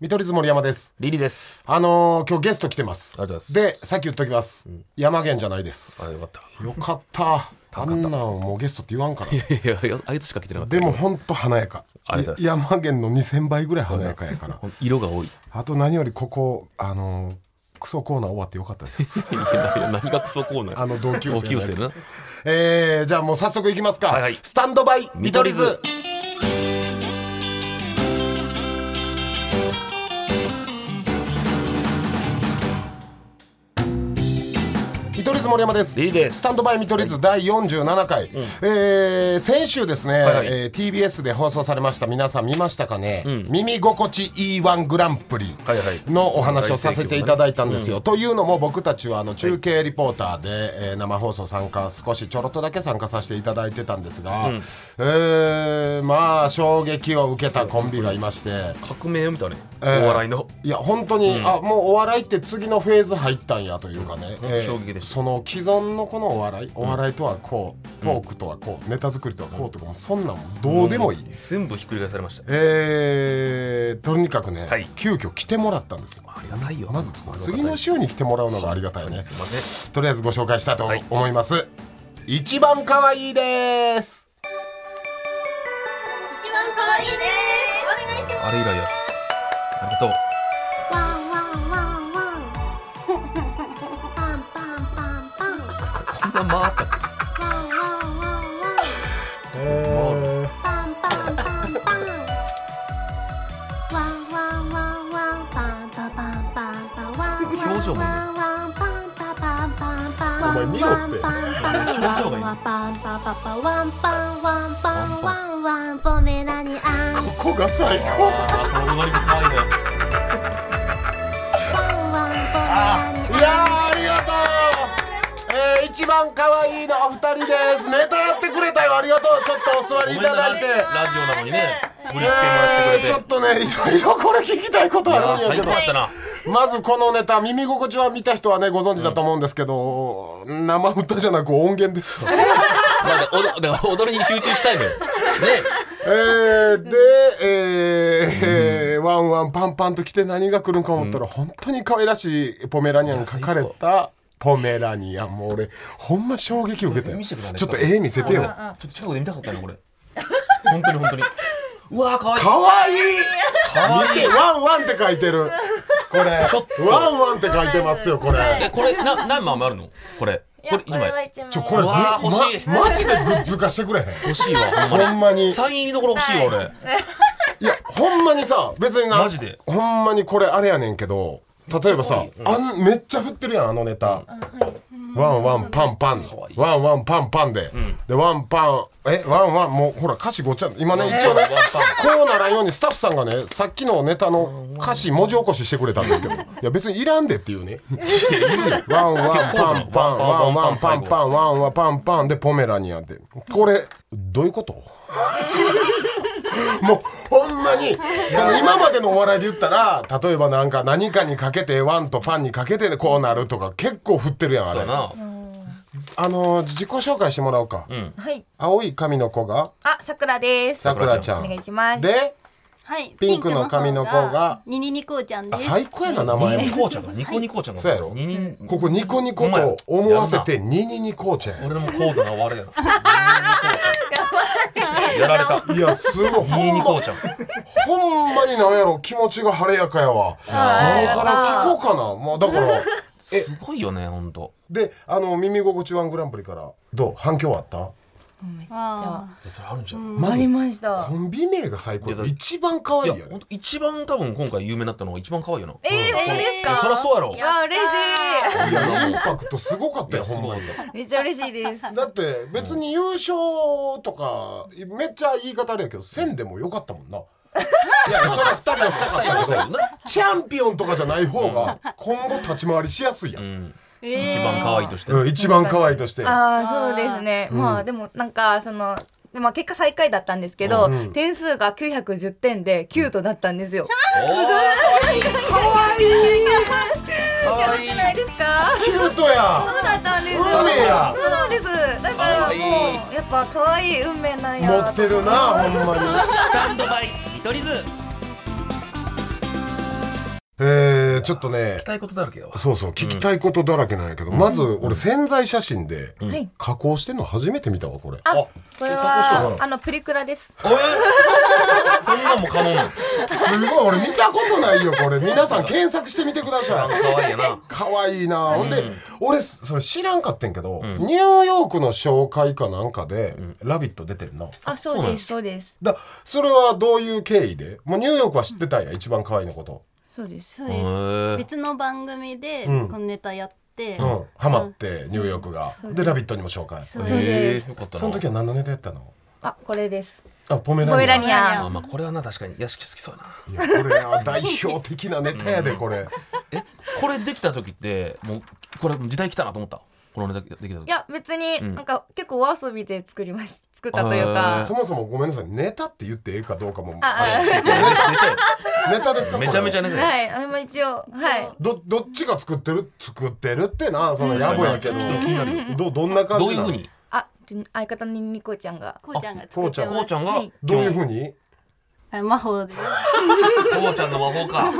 見取り図森山ですリリです。あのー今日ゲスト来てますありがとうございでますさっき言っときます、山源じゃないですあ、よかった。よかったあんなんもうゲストって言わんからいやいやいや、あいつしか来てなかった。でもほんと華やかありがとうござい山源の2000倍ぐらい華やかやからほん色が多い。い あと何よりここあのークソコーナー終わってよかった ですやいや何がクソコーナー。あの同級生のやつ同級生な。 えー、じゃあもう早速いきますか、はいはいスタンドバイ見取り図見取り図森山ですリリです。スタンドバイ見取り図第47回、えー先週ですね、はいえー TBS で放送されました皆さん見ましたかね、耳心地いい1グランプリはいはいのお話をさせていただいたんですよ、というのも僕たちはあの中継リポーターで、えー生放送参加少しちょろっとだけ参加させていただいてたんですが、えーまあ衝撃を受けたコンビがいまして革命みたいなね。おえー笑いの。いや本当に、あもうお笑いって次のフェーズ入ったんやというかね、えー衝撃でしたその既存のこのお笑いお笑いとはこう、トークとはこうネタ作りとはこうとかもうそんなんもうどうでもいい、全部ひっくり返されました。えーとにかくね、はい急遽来てもらったんですよありがたいよ。まず次の週に来てもらうのがありがたいねすいませとりあえずご紹介したいとはい思います、一番可愛いです一番可愛いです。お願いしまん。あれ以来や。ありがとう。す。ワンワンワンワン。パンパンパンパン。こんな回ったっけ。ワンワンワンワン。えパンパンパンパン。ワンワンワンワンパンパパンパンパンワンワンワン表情もねワンパンパパンパンパンお前見ろってワンパンパン表情がいいワンパンパパパワンパンワンパンワンワンポメラニアンーここが最高あー、この踊りも可愛いね。ワンワンポメラニアンいやーありがとう、えー、一番可愛いのお二人ですネタやってくれたよありがとうちょっとお座りいただいてごめんなラジオなのにね。振り付けもやっえー、てくれて。ちょっとねいろいろこれ聞きたいことあるんやいけやー最高どだったな。まずこのネタ耳心地は見た人はねご存知だと思うんですけど、生歌じゃなく音源です、なんかお どだから踊りに集中したいのよ。ね。えー、で、えーワンワンパンパンと来て何が来るんか思ったら、本当に可愛らしいポメラニアンが書かれたポメラニアンもう俺ほんま衝撃受けたよ見せてくれないちょっと絵見せてよちょっと近くで見たかったなこれ。本当に本当に。うわー可愛い。可愛い可愛い見てワンワンって書いてるこれちょっとワンワンって書いてますよこえれこれな何枚もあるのこれこれ一枚一枚ちょこれうわーぐ欲しいまマジでグッズ化してくれへん欲しいわほほんまにんまにサイン入りのこれ欲しいわ俺いやほんまにさ別になマジでほんまにこれあれやねんけど例えばさあんめっちゃ振ってるやんあのネタワンワンパンパンいいワンワンパンパンででワンパンえワンワンもうほら歌詞ごっちゃ今ね一応ねワンパンこうならんようにスタッフさんがねさっきのネタの歌詞文字起こししてくれたんです けどいや別にいらんでっていうねワンワンパンパンワンワンパンパンワンワンパンパンでポメラニアンでこれどういうこともうほんまにその今までのお笑いで言ったら例えばなんか何かにかけてワンとパンにかけてこうなるとか結構振ってるやんあそうれやなあのー自己紹介してもらおうか、はい。青い髪の子があ、さくらです。さくらちゃおん願いします。ではい、ピンクの髪の子がニニニコちゃんであす。最高やな名ニ前ニニもコーちゃんだニコニコーちゃんだそうやろニニここニコニコと思わせてニニニコーちゃんや俺のコードが悪いやなやられたいやすごいほニんニコーまちゃんほんまになんやろ気持ちが晴れやかやわだから聞こうかなもうだからすごいよねほんとであの耳心地ワングランプリからどう反響はあったあえそれあるんじゃんまあずりましたコ。ンビ名が最高いやだ一番可い愛いやよねほんと一番多分今回有名になったのが一番可愛いよなえー、本当ですいやか。そりゃそうやろいや、嬉しいやインパクトすごかったよほんまにいい。めっちゃ嬉しいです。だって別に優勝とかめっちゃ言い方あれやけど線でもよかった もんないやそれは2人はしたかった けどチャンピオンとかじゃない方が今後立ち回りしやすいや、うんんえ一番可愛いとしてうん、一番可愛いとしてああ、そうですね。まあ、でも、なんか、その。まあ、結果最下位だったんですけど、点数が910点でキュートだったんですよ。可愛い可愛い良くないですか？キュートやそうだったんですよ。運命やそうなんです。だからもうやっぱ可愛い運命なんや。持ってるな。ほんまにスタンドバイ見取り図えー、ちょっとねたいことだらけよそうそう聞きたいことだらけなんやけど、まず俺潜在写真ではい加工してんの初めて見たわこれあこれはうんあのプリクラですおえそんなんも可能なのすごい俺見たことないよこれ皆さん検索してみてください可愛いやな可愛いな、ほんで俺それ知らんかってんけど、んニューヨークの紹介かなんかで「ラビット!」出てるなあそうですそうですだそれはどういう経緯でもうニューヨークは知ってたんや一番可愛いのことそうですそうへですー別の番組でうんこのネタやって、うん、ハマってニューヨークがうんで「ラビット!」にも紹介そうですへーよかったなその時は何のネタやったのあこれですあポメラニアポンメラニアンあまあこれはな確かに屋敷好きそうやないやこれは代表的なネタやでこれえこれできた時ってもうこれ時代来たなと思ったこのネタできた時いや別にうんなんか結構お遊びで作りまし作ったというかへそもそもごめんなさいネタって言ってええかどうかもああいやネタよれネタですかめちゃめちゃゃネタよはいあまあ一応はいどどっちが作ってる作ってるってなその野暮やけど、うん気になるよどどんな感じどういなうのふうにあちょ相方のニンニコちゃんがこうちゃんが作ってこまうすちゃんがはいどういうふうにはい魔法でこうちゃんの魔法か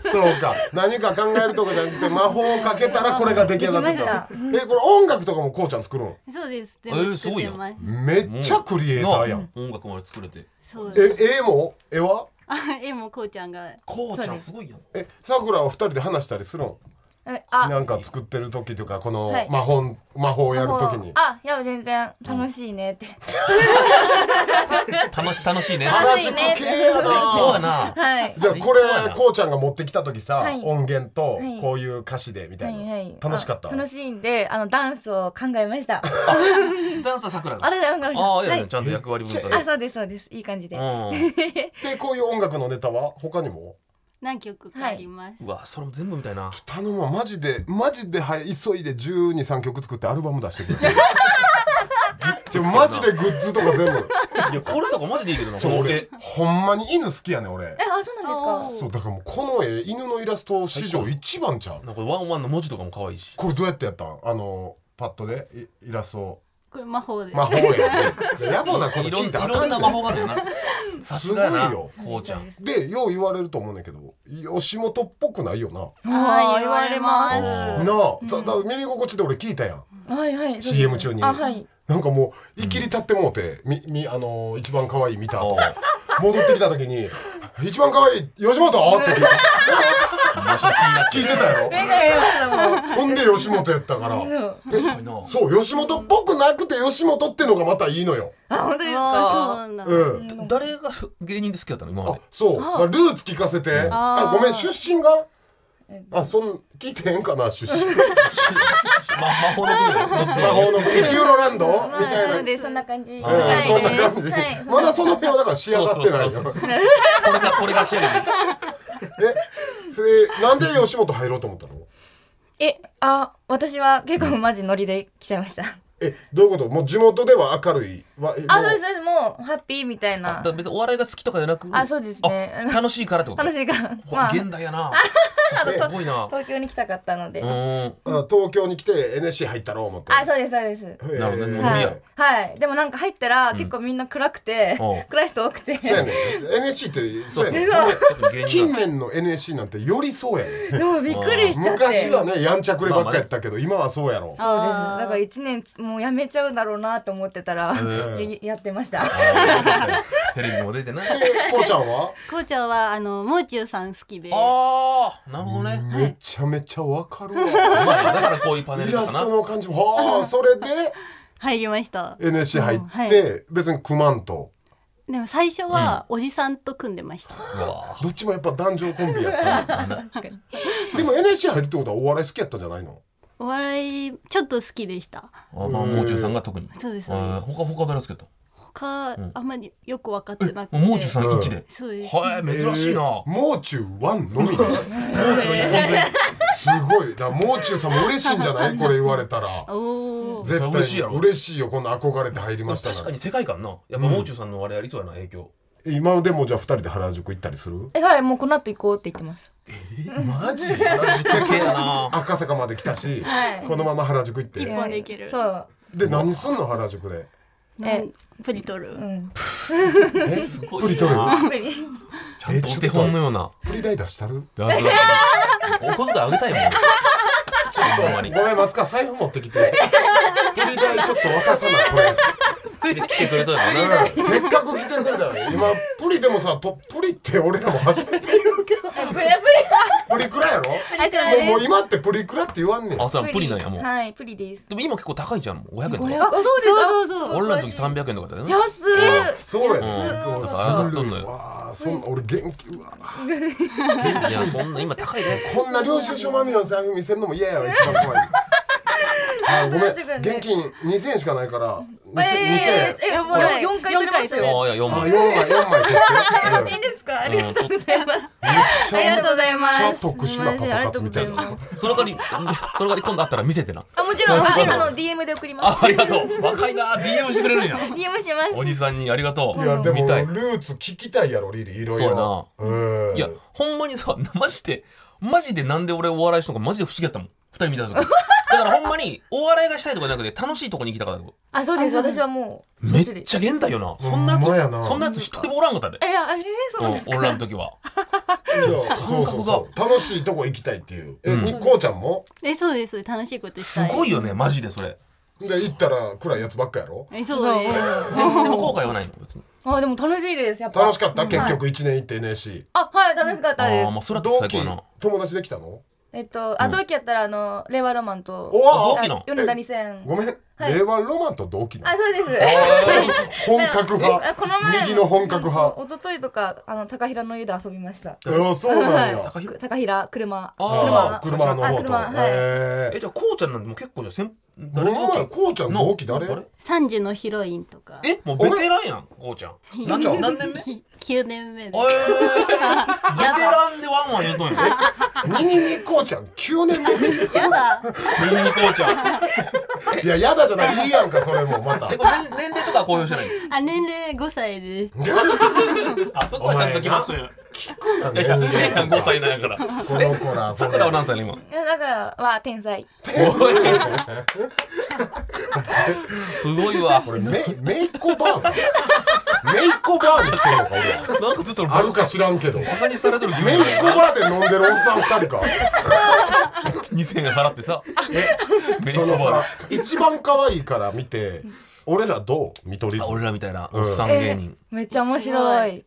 そうか何か考えるとかじゃなくて魔法をかけたらこれが出来上がってきたでえこれ音楽とかもこうちゃん作るのそうです全部作ってます、めっちゃクリエイターやん音楽まで作れてそうですえ絵も絵はあ 絵もこうちゃんがこうちゃんすごいやんえさくらは二人で話したりするのえあなんか作ってる時とかこのはい魔法魔法をやる時にあいや全然楽しいねって楽し楽しいね原宿系やそうやななはいじゃあこれこうちゃんが持ってきた時さはい音源とはいこういう歌詞でみたはいいはない楽しかったあ楽しいんであのダンスを考えました ダンサーさくらがあれだ考えましたああいやはいやいちゃんと役割分め担っちゃあそうですそうですいい感じで ででこういう音楽のネタは他にも何曲かあります、うんうわそれも全部みたいな頼むわマジでマジではい急いで1 2 3曲作ってアルバム出して くれちょマジでグッズとか全部いやこれとかマジでいいけどなそうこの絵俺ほんまに犬好きやねん俺えあそうなんですかそうだからもうこの絵犬のイラスト史上一番ちゃうなんかワンワンの文字とかも可愛いしこれどうやってやったんあのパッドでイイラストこれ魔法で魔 法絵やぼなこといろ聞んいたらあいろかんんねなん魔法があるよ なさすがやなすごこうちゃんでよう言われると思うねんだけど吉本っぽくないよなああ言われますあなあ、だだ耳心地で俺聞いたやんはいはい CM 中にあはいなんかもういきり立ってもうて、みみあのー一番可愛い見た後戻ってきた時に「一番可愛い吉本!」って聞いもうちょっと気になって聞いて たやろ目がやりましたもんほんで吉本やったからそう確かになそう吉本っぽくなくて吉本ってのがまたいいのよあ本当ですうわかそうなんだ、うん誰が芸人で好きだったの今まあでそうだからルーツ聞かせてああーごめん出身があそん聞いてへんかな出身 ま魔法の国魔法のエピューロランドみまあたそういなですそんな感じうんはいそんな感はじいまだその辺はだから仕上がってないそうそう よそうこれがこれが仕上げてえそれなんで吉本入ろうと思ったのえあ私は結構マジノリで来ちゃいましたえどういうこともう地元では明るいわえあもそううですそうですもうハッピーみたいあだなから別にお笑いが好きとかじゃなくあそうですねあ楽しいからってこと楽しいからうわまあ現代やなすごい な東京に来たかったのでうあーんあ東京に来て NSC 入ったろう思ってそうですそうですへーなるほどねもう無は理いやろ、はい、でもなんか入ったら結構みんな暗くて、うん暗い人多くてそうやね NSC ってそそううそやうね特に芸人近が年の NSC なんてよりそうやねでもびっくりしちゃって昔はねねやんちゃくればっかやったけど今はそうやろそうですあーだから1年つもうやめちゃうだろうなと思ってたら、ややってましたテレビも出てないでこうちゃんはこうちゃんはあのもう中さん好きで ああなるほどねめちゃめちゃわかるわうまいだからこういうパネイルラとスかトなの感じもはあそれで入りました NSC 入って、うんはい別に組まんとでも最初はおじさんと組んでました、うわどっちもやっぱ男女コンビや ったでも NSC 入るってことはお笑い好きやったんじゃないのお笑いちょっと好きでしたあまあもう中さんが特にそうですえー他他誰好きだっ他、んあんまりよく分かってなくたてもう中さん一でそうですはい珍しいなももう中ワン のみでう中さん一本ですごいだからもう中さんも嬉しいんじゃ ないこれ言われたらおお絶対それ嬉しいやろ嬉しいよこんな憧れて入りました確かからに世界観なやっぱもう中さんの我々いそうやな影響今でもじゃあ2人で原宿行ったりするえはいもうこの後行こうって言ってますマジ原宿系やな 赤坂まで来たし、はいこのまま原宿行って一本で行けるそうで何すんの原宿でえプリトル、うんえプリ取るアプリちちゃんとお手本のような。プリ代出したるだってお小遣いあげたいもん。ほんまにご。めん、松川、財布持ってき て。プリ代ちょっと渡さない、これ。来てくれたよな。うんせっかく来てくれたのに今プリでもさとプリって俺らも初めて言うけどプレププリクラやろレ。あちらもうもでう今ってプリクラって言わんねんあ、そうやプリなんや、もう。はい、プリです。でも今結構高いじゃん、もう500円とあ、か。そうそうそうそう。俺らの時300円とかだよね。安い。そうやうんねそうずるいそうわあそんな俺元気うわいや、そんな今高いね。こんな領収書まみれの財布見せるのも嫌やわ一番怖いあごめん現金2000円しかないから2000円え、もう四回取れますあよ。あ、いや、4あ4枚枚。4枚取っていうんいですか。ありがとうんとうございます。 ありがとうございます。その代わり、その代わり今度あったら見せてな。あ、もちろん、あの DM で送りまあす。ありがとう。若いな。DM してくれるんや。 DM します。おじさんにありがといやでう。も見たい。ルーツ聞きたいやろリリーいろいろそうんいや、ほんまにさ、マジで、マジでなんで俺お笑いしたのかマジで不思議だったもん。二人見た時。だからほんまに、お笑いがしたいとかじゃなくて、楽しいとこに行きたかったのあ、そうです。私はもう。めっちゃ現代よな。そんなやほんまやつ、なそんなやつ一人もおらんかったで。え、あ、え、そううなんんです俺らの時いは。やそうそうそう楽しいとこ行きたいっていうえにこうちゃんもえそうです楽しいことしすたいごいよね、マジでそれ。で行ったら暗いやつばっかやろえそうですでも後悔はないの、別に。あ、でも楽しいです。やっぱ。楽しかった結。局1年行って NSC あ、はい、楽しかったでああ、すまあ。それは同最高期やな。友達できたのえっと、あ、同期やったら、あの、令和ロマンと。お同期の米田二千。ごめんはい令和ロマンと同期なあ、のそうです。本格派あこの前右の本格派一昨日とかあの高平の家で遊びましたいやそうなんや高い。高平車ああーー車のあ方と車はいへえ、えじゃあ、こうちゃんなんてもう結構じゃあ先、この前こうちゃん同期誰な三時のヒロインとかえ、もうベテランやん、こうちゃん。なんちゃん何年目え九年目でー、ベテランでワンワン言うとんやミん。ニニこうちゃん9年目やだミニニこうちゃん。いややだじゃないいいやんかそれもまた え、これ年年齢とかは公表してなあい年齢五歳ですあそこはちゃんと決まっとんやん。いやいや、年齢5歳なんやから。この子らさくらは何歳なの今。いやだからは天才すごいわ。これメイメイコバーガーメイコバーで来てるのかなんかずっと俺あるか知らんけどメイバカにされてる気分コバーで飲んでるおっさん2人か2000円払ってさ。メイそクのさバ一番可愛いから見て俺らどう見取りー。図俺らみたいなおっさん芸人。めっちゃ面白い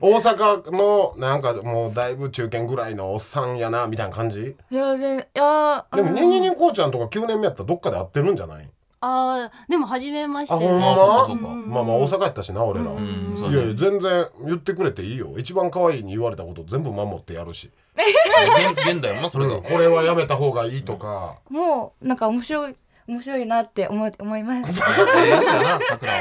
大阪のなんかもうだいぶ中堅ぐらいのおっさんやなみたいな感じいや全いやあでものねににこうちゃんとか9年目やったらどっかで会ってるんじゃないあーでも初めましてあほんあまあ、そうかそうか。まあまあ大阪やったしな俺らうん、そういやいねや全然言ってくれていいよ一番可愛いに言われたこと全部守ってやるし現現代もな、それがうん。これはやめた方がいいとかもうなんか面白い面白いなって思い思いますええやつやな、さくらは。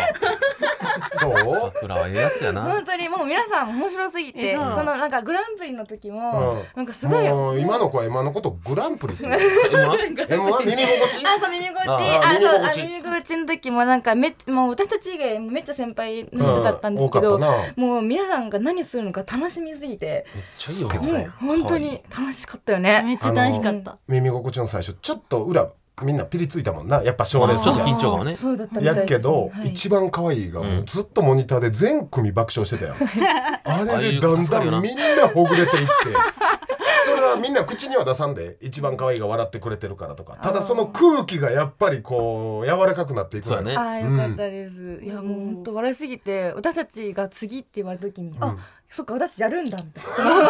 そうさくらはええやつやな。 本当にもう皆さん面白すぎてえそそうのなんかグランプリの時うもんなんかすごいもう今の子は今のことグランプリって言う M1 耳心地 M1? あ、そう、耳心地。ああ、あそう、あ耳心地耳心地の時も、なんか、めっ、もう、私たち以外、めっちゃ先輩の人だったんですけうど。ん多かったもう、皆さんが何するのか楽しみすぎて。めっちゃいいお客もさんうや、。本当に楽しかったよね。めっちゃ楽しかった耳心地の最初ちょっと裏みんなピリついたもんなやっぱ少年ちょっと時緊張感はね。そうだったみたやいですっけど、はい一番可愛いがもううんずっとモニターで全組爆笑してたよ、あ ああれいでうだん助かるよだなんみんなほぐれていってそれはみんな口には出さんで一番可愛いが笑ってくれてるからとかただその空気がやっぱりこう柔らかくなっていくそうやね。あーよかったです、いやもう本当笑いすぎて私たちが次って言われた時に、あそっか私たちやるんだみたいな な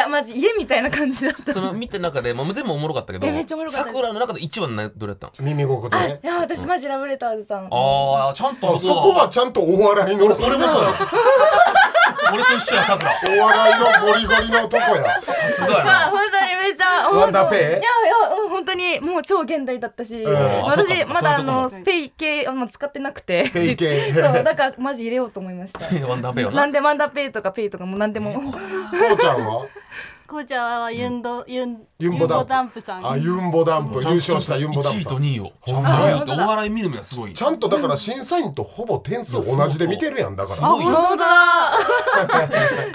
んかマジ家みたいな感じだったその見て中で、まあ、全部おもろかったけどえめっちゃおもろかったです桜の中で一番などれやったん耳心地あねいや私マジラブレターズさんああちゃんとあそこはちゃんとお笑いの俺もそうや俺と一緒や桜お笑いのゴリゴリのと こやさすがやまあな 本当にめちゃワンダーペイいやいやうん本当にもう超現代だったし、んあそうか私そうかまだあそういうとこのもスペイ系あの使ってなくてペイ系そうだからマジ入れようと思いましたワンダーペイはななんでマンダーペイとかペイとかもなんでもこうちゃんはこちゃはユンド、ユンユンボダンプダンプさんあユンボダンプ優勝したユンボダンプ1位さとん2位をちゃんほんまやと見るとお笑い見る目がすごいちゃんとだから審査員とほぼ点数同じで見てるやんだかすらごいよ本当だ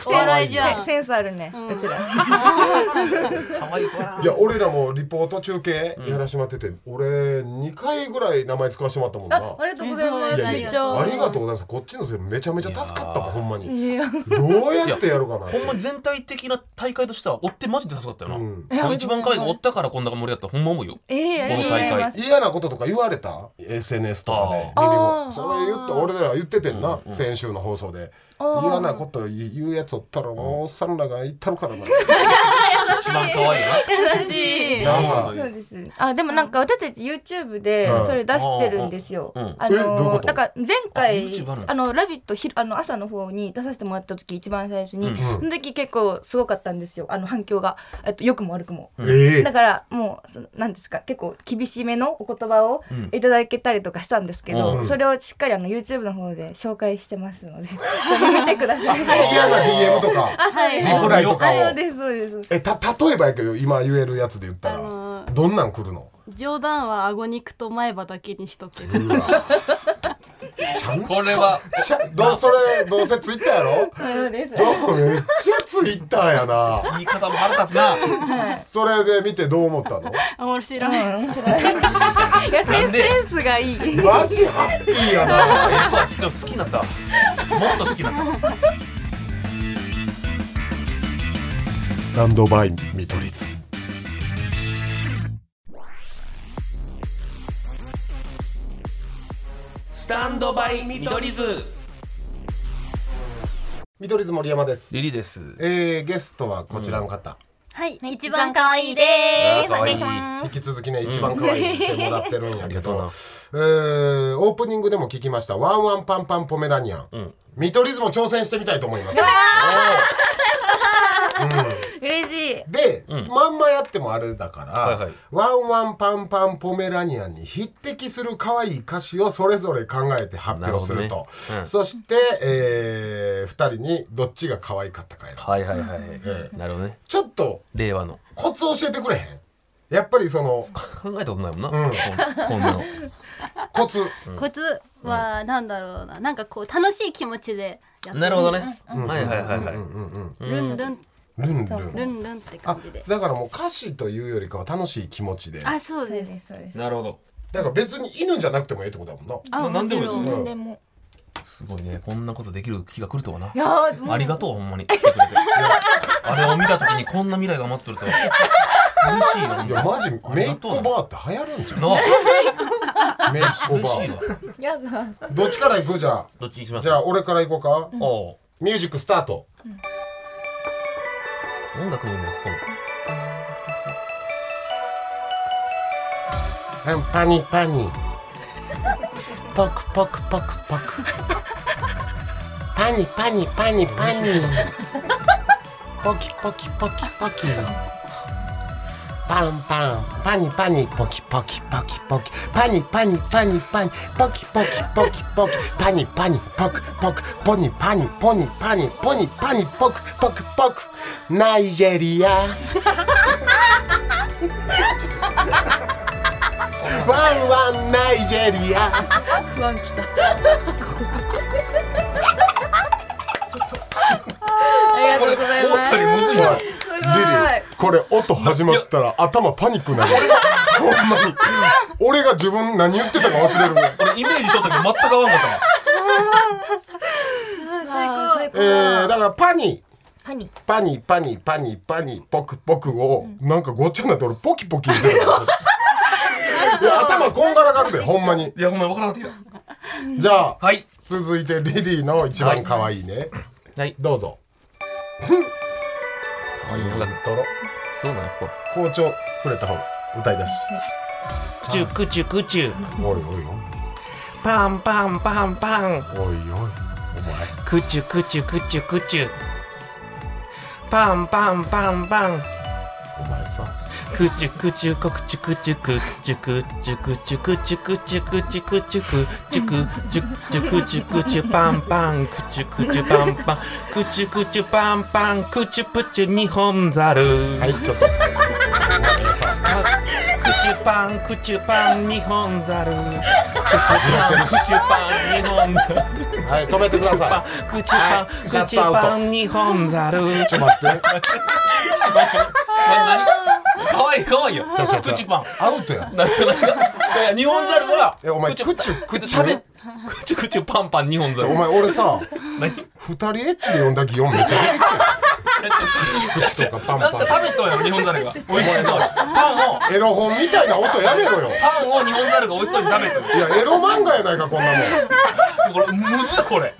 お笑いじゃセんセンスあるね、うちら可愛い子やないや俺らもリポート中継やらしてもらってて、俺2回ぐらい名前使わせてもらったもんあなありがとうございますいやいめやっいちゃやありがとうございますこっちのせいめちゃめちゃ助かったもんいやーほんまにいやどうやってやるかなほんま全体的な大会としては追ってマジで助かったよな、うんこの一番可愛い子追ったからこんな盛りだったほんま思うよええありがとうござこいの大ま会す嫌なこととか言われた SNS とかであーリリあゴーそれ言って俺ら言っててんな、先週の放送であー嫌なこと言うやつおったらもうおっさんらが言ったるからな一番可愛いな優しいなんうかんそうです。あ、でもなんか私たち YouTube でうんそれ出してるんですよ。うんうんあえどういうこのとだから前あ回 YouTube あるのあのラビットひあの朝の方に出させてもらった時一番最初に、うんうんその時結構すごかったんですよ。あの反響がえっと良くも悪くも。ええだからもうそのなんですか結構厳しめのお言葉をうんいただけたりとかしたんですけど、うんそれをしっかりあの YouTube の方で紹介してますのでぜひ見てください。嫌な DM とかあはいリプライとかをそうですそうです。えた例えばやけど今言えるやつで言ったあらのどんなん来るの冗談は顎肉と前歯だけにしとけうわちゃんとこれはちゃんどそれどうせツイッターやろそうです。どうめっちゃツイッターやな言い方も腹立つなそれで見てどう思ったの面白いうん面白い。いやセなんンでセンスがいい。マジハッピーやなええ子はちょっと好きになったもっと好きになったスタンドバイ見取り図スタンドバイ見取り図見取り図森山ですリリーですえー、ゲストはこちらの方、はい一番可愛いです可愛い引き続きね一番可愛いってもらってるんやけど、うんありがとうなえーオープニングでも聞きましたワンワンパンパンポメラニアン、ん見取り図も挑戦してみたいと思います嬉しい。で、まんまやってもあれだから、はいはいワンワンパンパンポメラニアンに匹敵する可愛い歌詞をそれぞれ考えて発表するなるとほどねうんそして、え2人にどっちが可愛かったか選ぶはいはいはい、なるほどねちょっと令和のコツ教えてくれへんやっぱりその考えたことないもんな、こんなのコツコツはなんだろうななんかこう楽しい気持ちでやってなるほどね、はいはいはいはい、ルンルンルンルルンンルンってあ感じでだからもう歌詞というよりかは楽しい気持ちでだあそうそうでですすそうです。なるほどから別に犬じゃなくてもいいってことだもんなあなもちろなんんでもいいでもすごいねこんなことできる日が来るとはないやーもうありがとうほんまに来てくれてあれを見た時にこんな未来が待ってるとは嬉しいよほんいやまマジメイっ子バーって流行るんじゃんなあメイっ子嬉しいバわやだ。ーどっちから行くじゃあどっちにしますじゃあ俺から行こうかおうミュージックスタート音楽もいいねここもパニパニポクポクポクポクパニパニパニパニポキポキポキポキパンパンパニパニポキポキポキポキパニパニパニパニポキポキポキポキパニパニポクポクポニパニポニパニポニパニポクポクポクナイジェリアワンワンナイジェリア不安きた。ありがとうござい思っます。たよりむずいなすごい。リリーこれ音始まったら頭パニックになるほんまに俺が自分何言ってたか忘れるぐらい俺イメージしとったけど全く合わんかったわ最高最え高ー、だからパニパニ。パニパニパニパニポクポクをなんかごっちゃになって俺ポキポキ言ってたいや頭こんがらがるでほんまにいやごめん分からなくていいわじゃあはい続いてリリーの一番可愛いねはいどうぞ可愛い音楽とろそうだねここ校長くれた方歌いだしクチュクチュクチュおいおいパンパンパンパンおいおいおいお前クチュクチュクチュクチュパンパンパンパンお前さくちゅくちゅこくちゅくちゅくちゅくちゅくちゅくちゅくちゅくちゅくちゅくちゅくちゅちゅくちゅくちゅパンパンくちゅくちゅパンパンくちゅくちゅパンパンくちゅぷちゅ二本猿はいちょっとくちゅパンくちゅパン二本 猿くちゅパンくちゅパン二本猿はい止めてくださくちゅパンシくャットアウトちゅパン二本猿いちょっと待ってかわいいかわいいよちゃうちゃうちゃう口パンアウトやんなんかなんかいや日本猿はえお前口くちゅくちゅ食べくちゅくちゅパンパン日本お猿前俺さ何二人エッチで呼んだ気読めっちゃくちゅとかパンなんパか食べとんやろ日本猿が美味しそうにパンをンエロ本みたいな音やめろよパンを日本猿が美味しそうに食べてるいやエロ漫画やないかこんなもんこれむずいこれ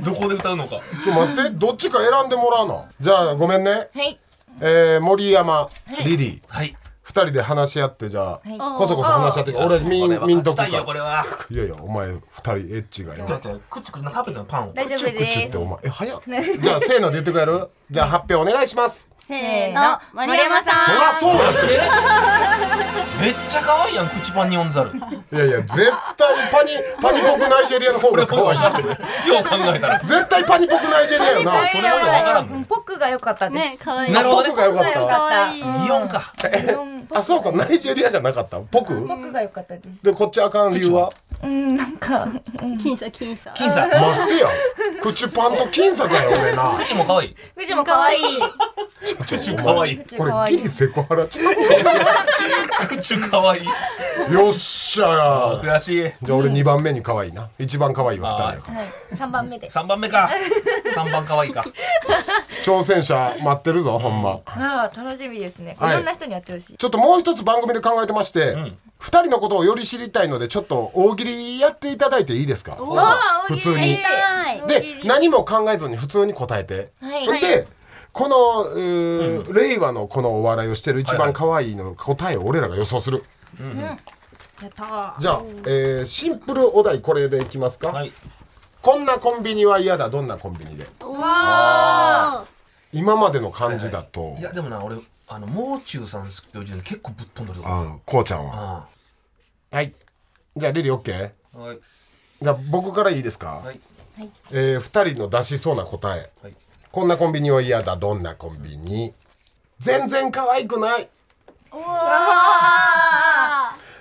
どこで歌うのかちょっと待ってどっちか選んでもらうのじゃあごめんねはいえー、森山リリーはい二人で話し合ってじゃあこそこそ話し合って俺みこれんはみんとくか勝ちたいよこれはやいやお前二人エッチがよちょちょくちゅく食べてるパンを大丈夫口っでてすお前え早っじゃあせーので言ってくれるじゃあ発表お願いしますせーの森山さそりゃそうめっちゃ可愛いやん口パン日本猿やんいやいや絶対パニパニコクナイジェリアの方これがも可よ愛いう考えたら絶対パニポクナイジェリアよなはいそれまでわからんのよポックが良かったんです。ね可愛いなるほど僕が良かっポッたク可愛い良かっ擬音かたうんあそうかナイジェリアじゃなかったポクポックが良かったです。でこっちあかん理由はうん、なんか、僅差僅差金さん待ってや口パンと金策やよ俺な口も可愛い藤も可愛い。口も可愛い藤可こ愛れいギリ。セクハラちゃ口可愛いうよっしゃー悔しいじゃあ俺二番目に可愛いな一番可愛いは二人やからはい、三番目で。三番目か三番可愛いか挑戦者待ってるぞほんまああ、楽しみですね。いはいろんな人にやってほしい。ちょっともう一つ番組で考えてまして、ん二人のことをより知りたいのでちょっと大喜利やっていただいていいですか普通に痛いで何も考えずに普通に答えて、はいでこのうー令和のこのお笑いをしてる一番可愛いの答えを俺らが予想する、やったー。じゃあ、えーシンプルお題これでいきますか、はいこんなコンビニは嫌だどんなコンビニでわー今までの感じだと、いやでもな俺あのもう中さん好きって言うてたの結構ぶっ飛んでるとこあーこうちゃんはあはいじゃあリリオッケーあはいじゃあ僕からいいですか、はいえー、2人の出しそうな答えはいこんなコンビニは嫌だどんなコンビニ全然可愛くない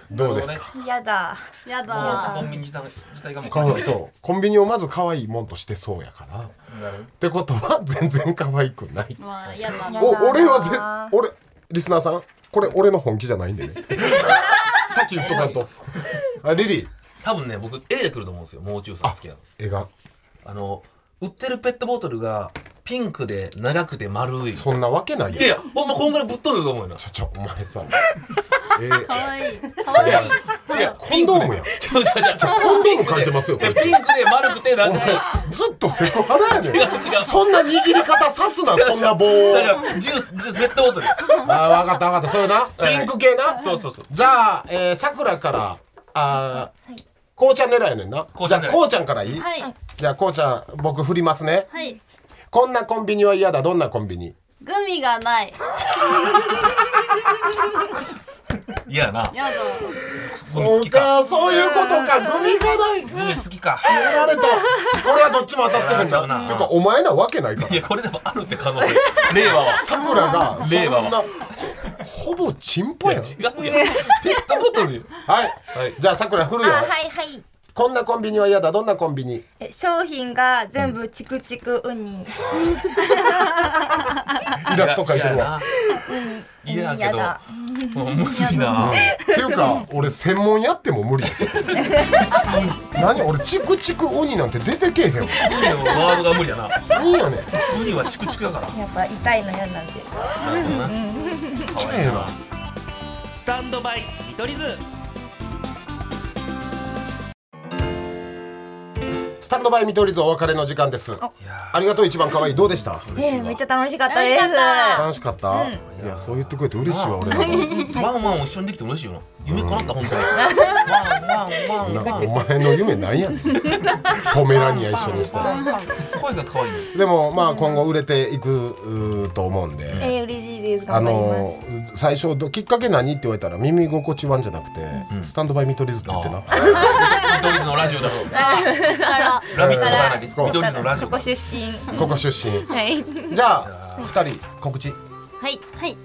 どうですかやだ。やコだンビニ自体自体がもうコンそうコンビニをまず可愛いもんとしてそうやからっなるてことは全然可愛くないまあやだ お俺はぜ俺リスナーさんこれ俺の本気じゃないん でねさっき言っとかんとあリリー多分ね僕 A で来ると思うんですよもう中さん好きなの絵があの売ってるペットボトルがピンクで長くて丸いそんなわけないいやいやんやほんまこんぐらいぶっ飛んでると思うよちょちょお前 さえ可愛い可ない愛いやいやコンドームやんちょちょちょちょコンドーム書いてますよじこゃれあピンクで丸くてお長い前ずっとセクハラやねん違う違うそんな握り方さすなそんな棒をだからジュースジュースペットボトルあーわかったわかったそうなピンク系なそうそうそうじゃあえーさくらからあーこうちゃん狙いやねんなこうちじゃゃん狙いあこうちゃんからいいはいじゃあこうちゃん僕振りますねはいこんなコンビニは嫌だどんなコンビニグミがないいやなやだグミ好きかそういうことかグミがないグミ好きかやられたこれはどっちも当たってるんやられただなてかお前なわけないかいらやこれでもあるって可能性令和はさくらがそ令和んはなほぼチンポやん違うやんペットボトルよはいはいじゃあさくら振るよいはい。こんなコンビニは嫌だどんなコンビニえ商品が全部チクチクウニ。イラスト描いてるわいやうんけやだどもうむずいなっていうか俺専門やっても無理や何俺チクチク鬼なんて出てけえへんわグミのワードが無理やな何やねんグミはチクチクだからやっぱ痛いの嫌なんで。なるほどなちゃええなスタンドバイ見取り図スタンドバイ見取り図お別れの時間ですありがとう一番可愛いどうでした嬉しいねわめっちゃ楽しかったで楽しか楽しかった、いやそう言ってくれて嬉しいわ俺らもワンワンを一緒にできて嬉しいよな夢叶った本当になワンワンワンワおン前の夢なん やねんポメラニア一緒にした声が可愛いでもまあ今後売れていくうーると思うんで、えー、嬉しいです。あ頑張ります。の最初どきっかけ何って言われたら耳心地ワンじゃなくて、スタンドバイ見取り図って言ってな。見取り図のラジオだろう。ラからビットだな、え見ー取り図のラジオこだころ出身。ここ出身。はい。じゃあ二人告知。はいはい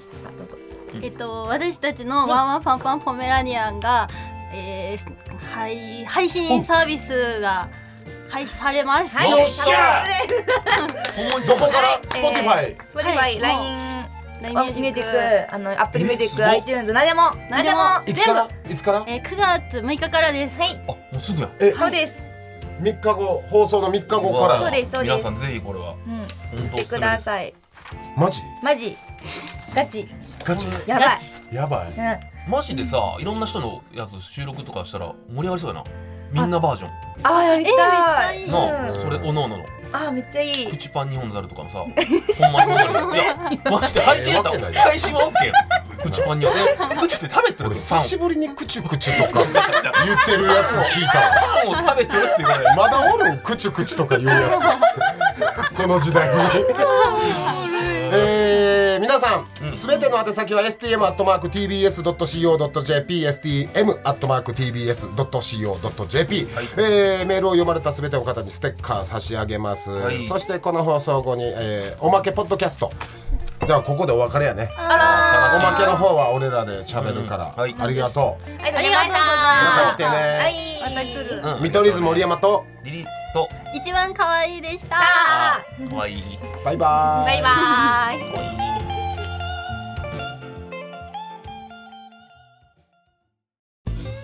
えっと私たちのワンワンパンパンポメラニアンが、えー、配配信サービスが開始されます。いよっしゃう。思いそここうかだ。ら Spotify。は Spotify、い LINE、ライブあミュージック、あの Apple えす Music、ごっ iTunes、何でも、何何ででもも。いつから？いつから？えー、9月6日からです。はい。あ、もうすぐや。え、そうです。三日後放送の三日後かそらう。ですそうです皆さんぜひこれはうん。本当お来てすすくめでだす。さい。マジ？マジ、ガチ、ガチ？やばい。やばい。マジでさ、いろんな人のやつ収録とかしたら盛り上がりそうやな。みんなバージョン。うん。あーやりたい。えーめっちゃいいなあ、うんそれおのおのの。あーめっちゃいい。口パン日本猿とかのさ、ほんまにほんまに。いや、マジで配信やったわええわけない配信はオッケーや。口パン日本猿。口って食べてる俺って久しぶりにクチュクチュとか言ってるやつ聞いたわ。パンを食べてるっていうから。まだおるんクチュクチュとか言うやつこの時代に えー皆さんすべての宛先は stm.tbs.co.jp stm.tbs.co.jp、えーメールを読まれたすべての方にステッカー差し上げます、いそしてこの放送後に、えーおまけポッドキャストじゃあここでお別れやねおまけの方は俺らで喋るから、うんはいありがとありありがとうございまたま来す。てねはい。また来るうんう見取り図森山とリリッと。一番可愛いでした。あー、かわいい。バイバーイバイバーイ。かわいい。